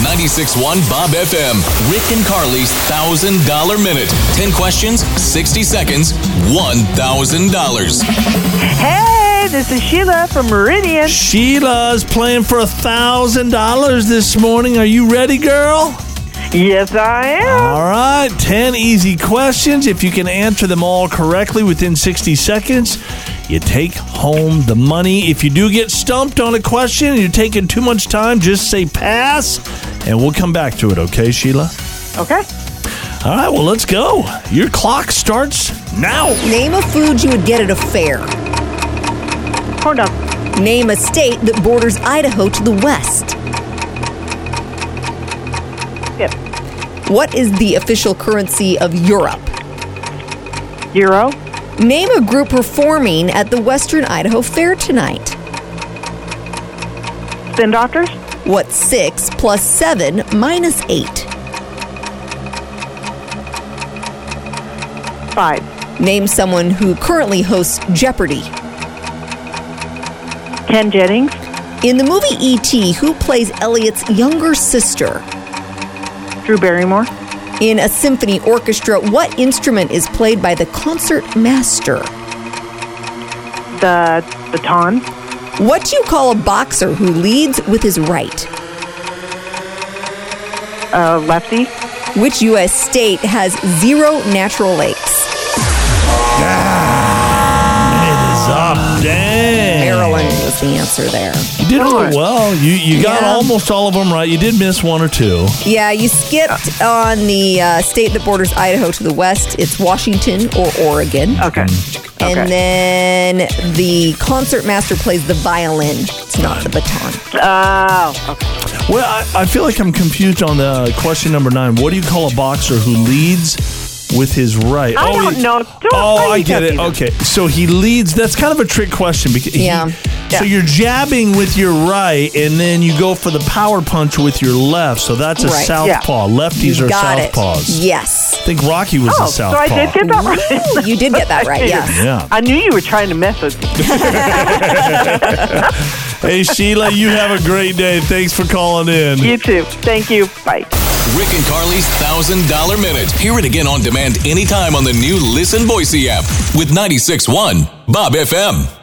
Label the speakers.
Speaker 1: 96.1 Bob FM. Rick and Carly's $1,000 minute. 10 questions, 60 seconds, $1,000.
Speaker 2: Hey, this is Sheila from Meridian.
Speaker 3: Sheila's playing for a thousand dollars this morning. Are you ready, girl?
Speaker 2: Yes, I am.
Speaker 3: All right, ten easy questions. If you can answer them all correctly within sixty seconds, you take home the money. If you do get stumped on a question and you're taking too much time, just say pass, and we'll come back to it. Okay, Sheila.
Speaker 2: Okay.
Speaker 3: All right, well, let's go. Your clock starts now.
Speaker 4: Name a food you would get at a fair.
Speaker 2: Corn dog.
Speaker 4: Name a state that borders Idaho to the west.
Speaker 2: Yep.
Speaker 4: What is the official currency of Europe?
Speaker 2: Euro.
Speaker 4: Name a group performing at the Western Idaho Fair tonight.
Speaker 2: Spin doctors.
Speaker 4: What's 6 plus 7 minus 8?
Speaker 2: Five.
Speaker 4: Name someone who currently hosts Jeopardy.
Speaker 2: Ken Jennings.
Speaker 4: In the movie E.T., who plays Elliot's younger sister?
Speaker 2: Drew Barrymore.
Speaker 4: In a symphony orchestra, what instrument is played by the concert master?
Speaker 2: The baton.
Speaker 4: What do you call a boxer who leads with his right?
Speaker 2: Uh, lefty.
Speaker 4: Which U.S. state has zero natural lakes?
Speaker 3: It is up. Dang.
Speaker 4: Maryland was the answer there.
Speaker 3: You did really well. You you got
Speaker 4: Yeah.
Speaker 3: almost all of them right. You did miss one or two.
Speaker 4: Yeah, you skipped on the uh, state that borders Idaho to the west. It's Washington or Oregon.
Speaker 2: Okay.
Speaker 4: And then the concert master plays the violin. It's not the baton.
Speaker 2: Oh, okay.
Speaker 3: Well, I, I feel like I'm confused on the question number nine. What do you call a boxer who leads with his right?
Speaker 2: I don't
Speaker 3: he-
Speaker 2: know. Don't-
Speaker 3: oh,
Speaker 2: why
Speaker 3: I
Speaker 2: you
Speaker 3: get
Speaker 2: gotta
Speaker 3: it.
Speaker 2: do that?
Speaker 3: Okay, so he leads. That's kind of a trick question because he-
Speaker 4: Yeah.
Speaker 3: so
Speaker 2: Yeah.
Speaker 3: you're jabbing with your right, and then you go for the power punch with your left. So that's a
Speaker 4: Right.
Speaker 2: Yeah.
Speaker 3: southpaw. Lefties
Speaker 4: You
Speaker 3: are
Speaker 4: got it.
Speaker 3: southpaws. I
Speaker 4: Yes.
Speaker 3: think Rocky was
Speaker 2: Oh,
Speaker 3: a
Speaker 2: so
Speaker 3: southpaw.
Speaker 2: I did get that right.
Speaker 4: You did get that right. Yes.
Speaker 3: yeah.
Speaker 2: I knew you were trying to mess with me.
Speaker 3: Hey Sheila, you have a great day. Thanks for calling in.
Speaker 2: You too. Thank you. Bye.
Speaker 1: Rick and Carly's $1,000 minute. Hear it again on demand anytime on the new Listen Boise app with 96.1 Bob FM.